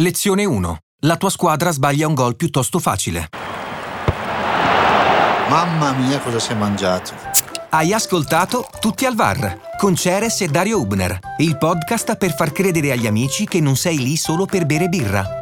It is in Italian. Lezione 1. La tua squadra sbaglia un gol piuttosto facile. Mamma mia cosa si è mangiato. Hai ascoltato Tutti al VAR con Ceres e Dario Ubner, il podcast per far credere agli amici che non sei lì solo per bere birra.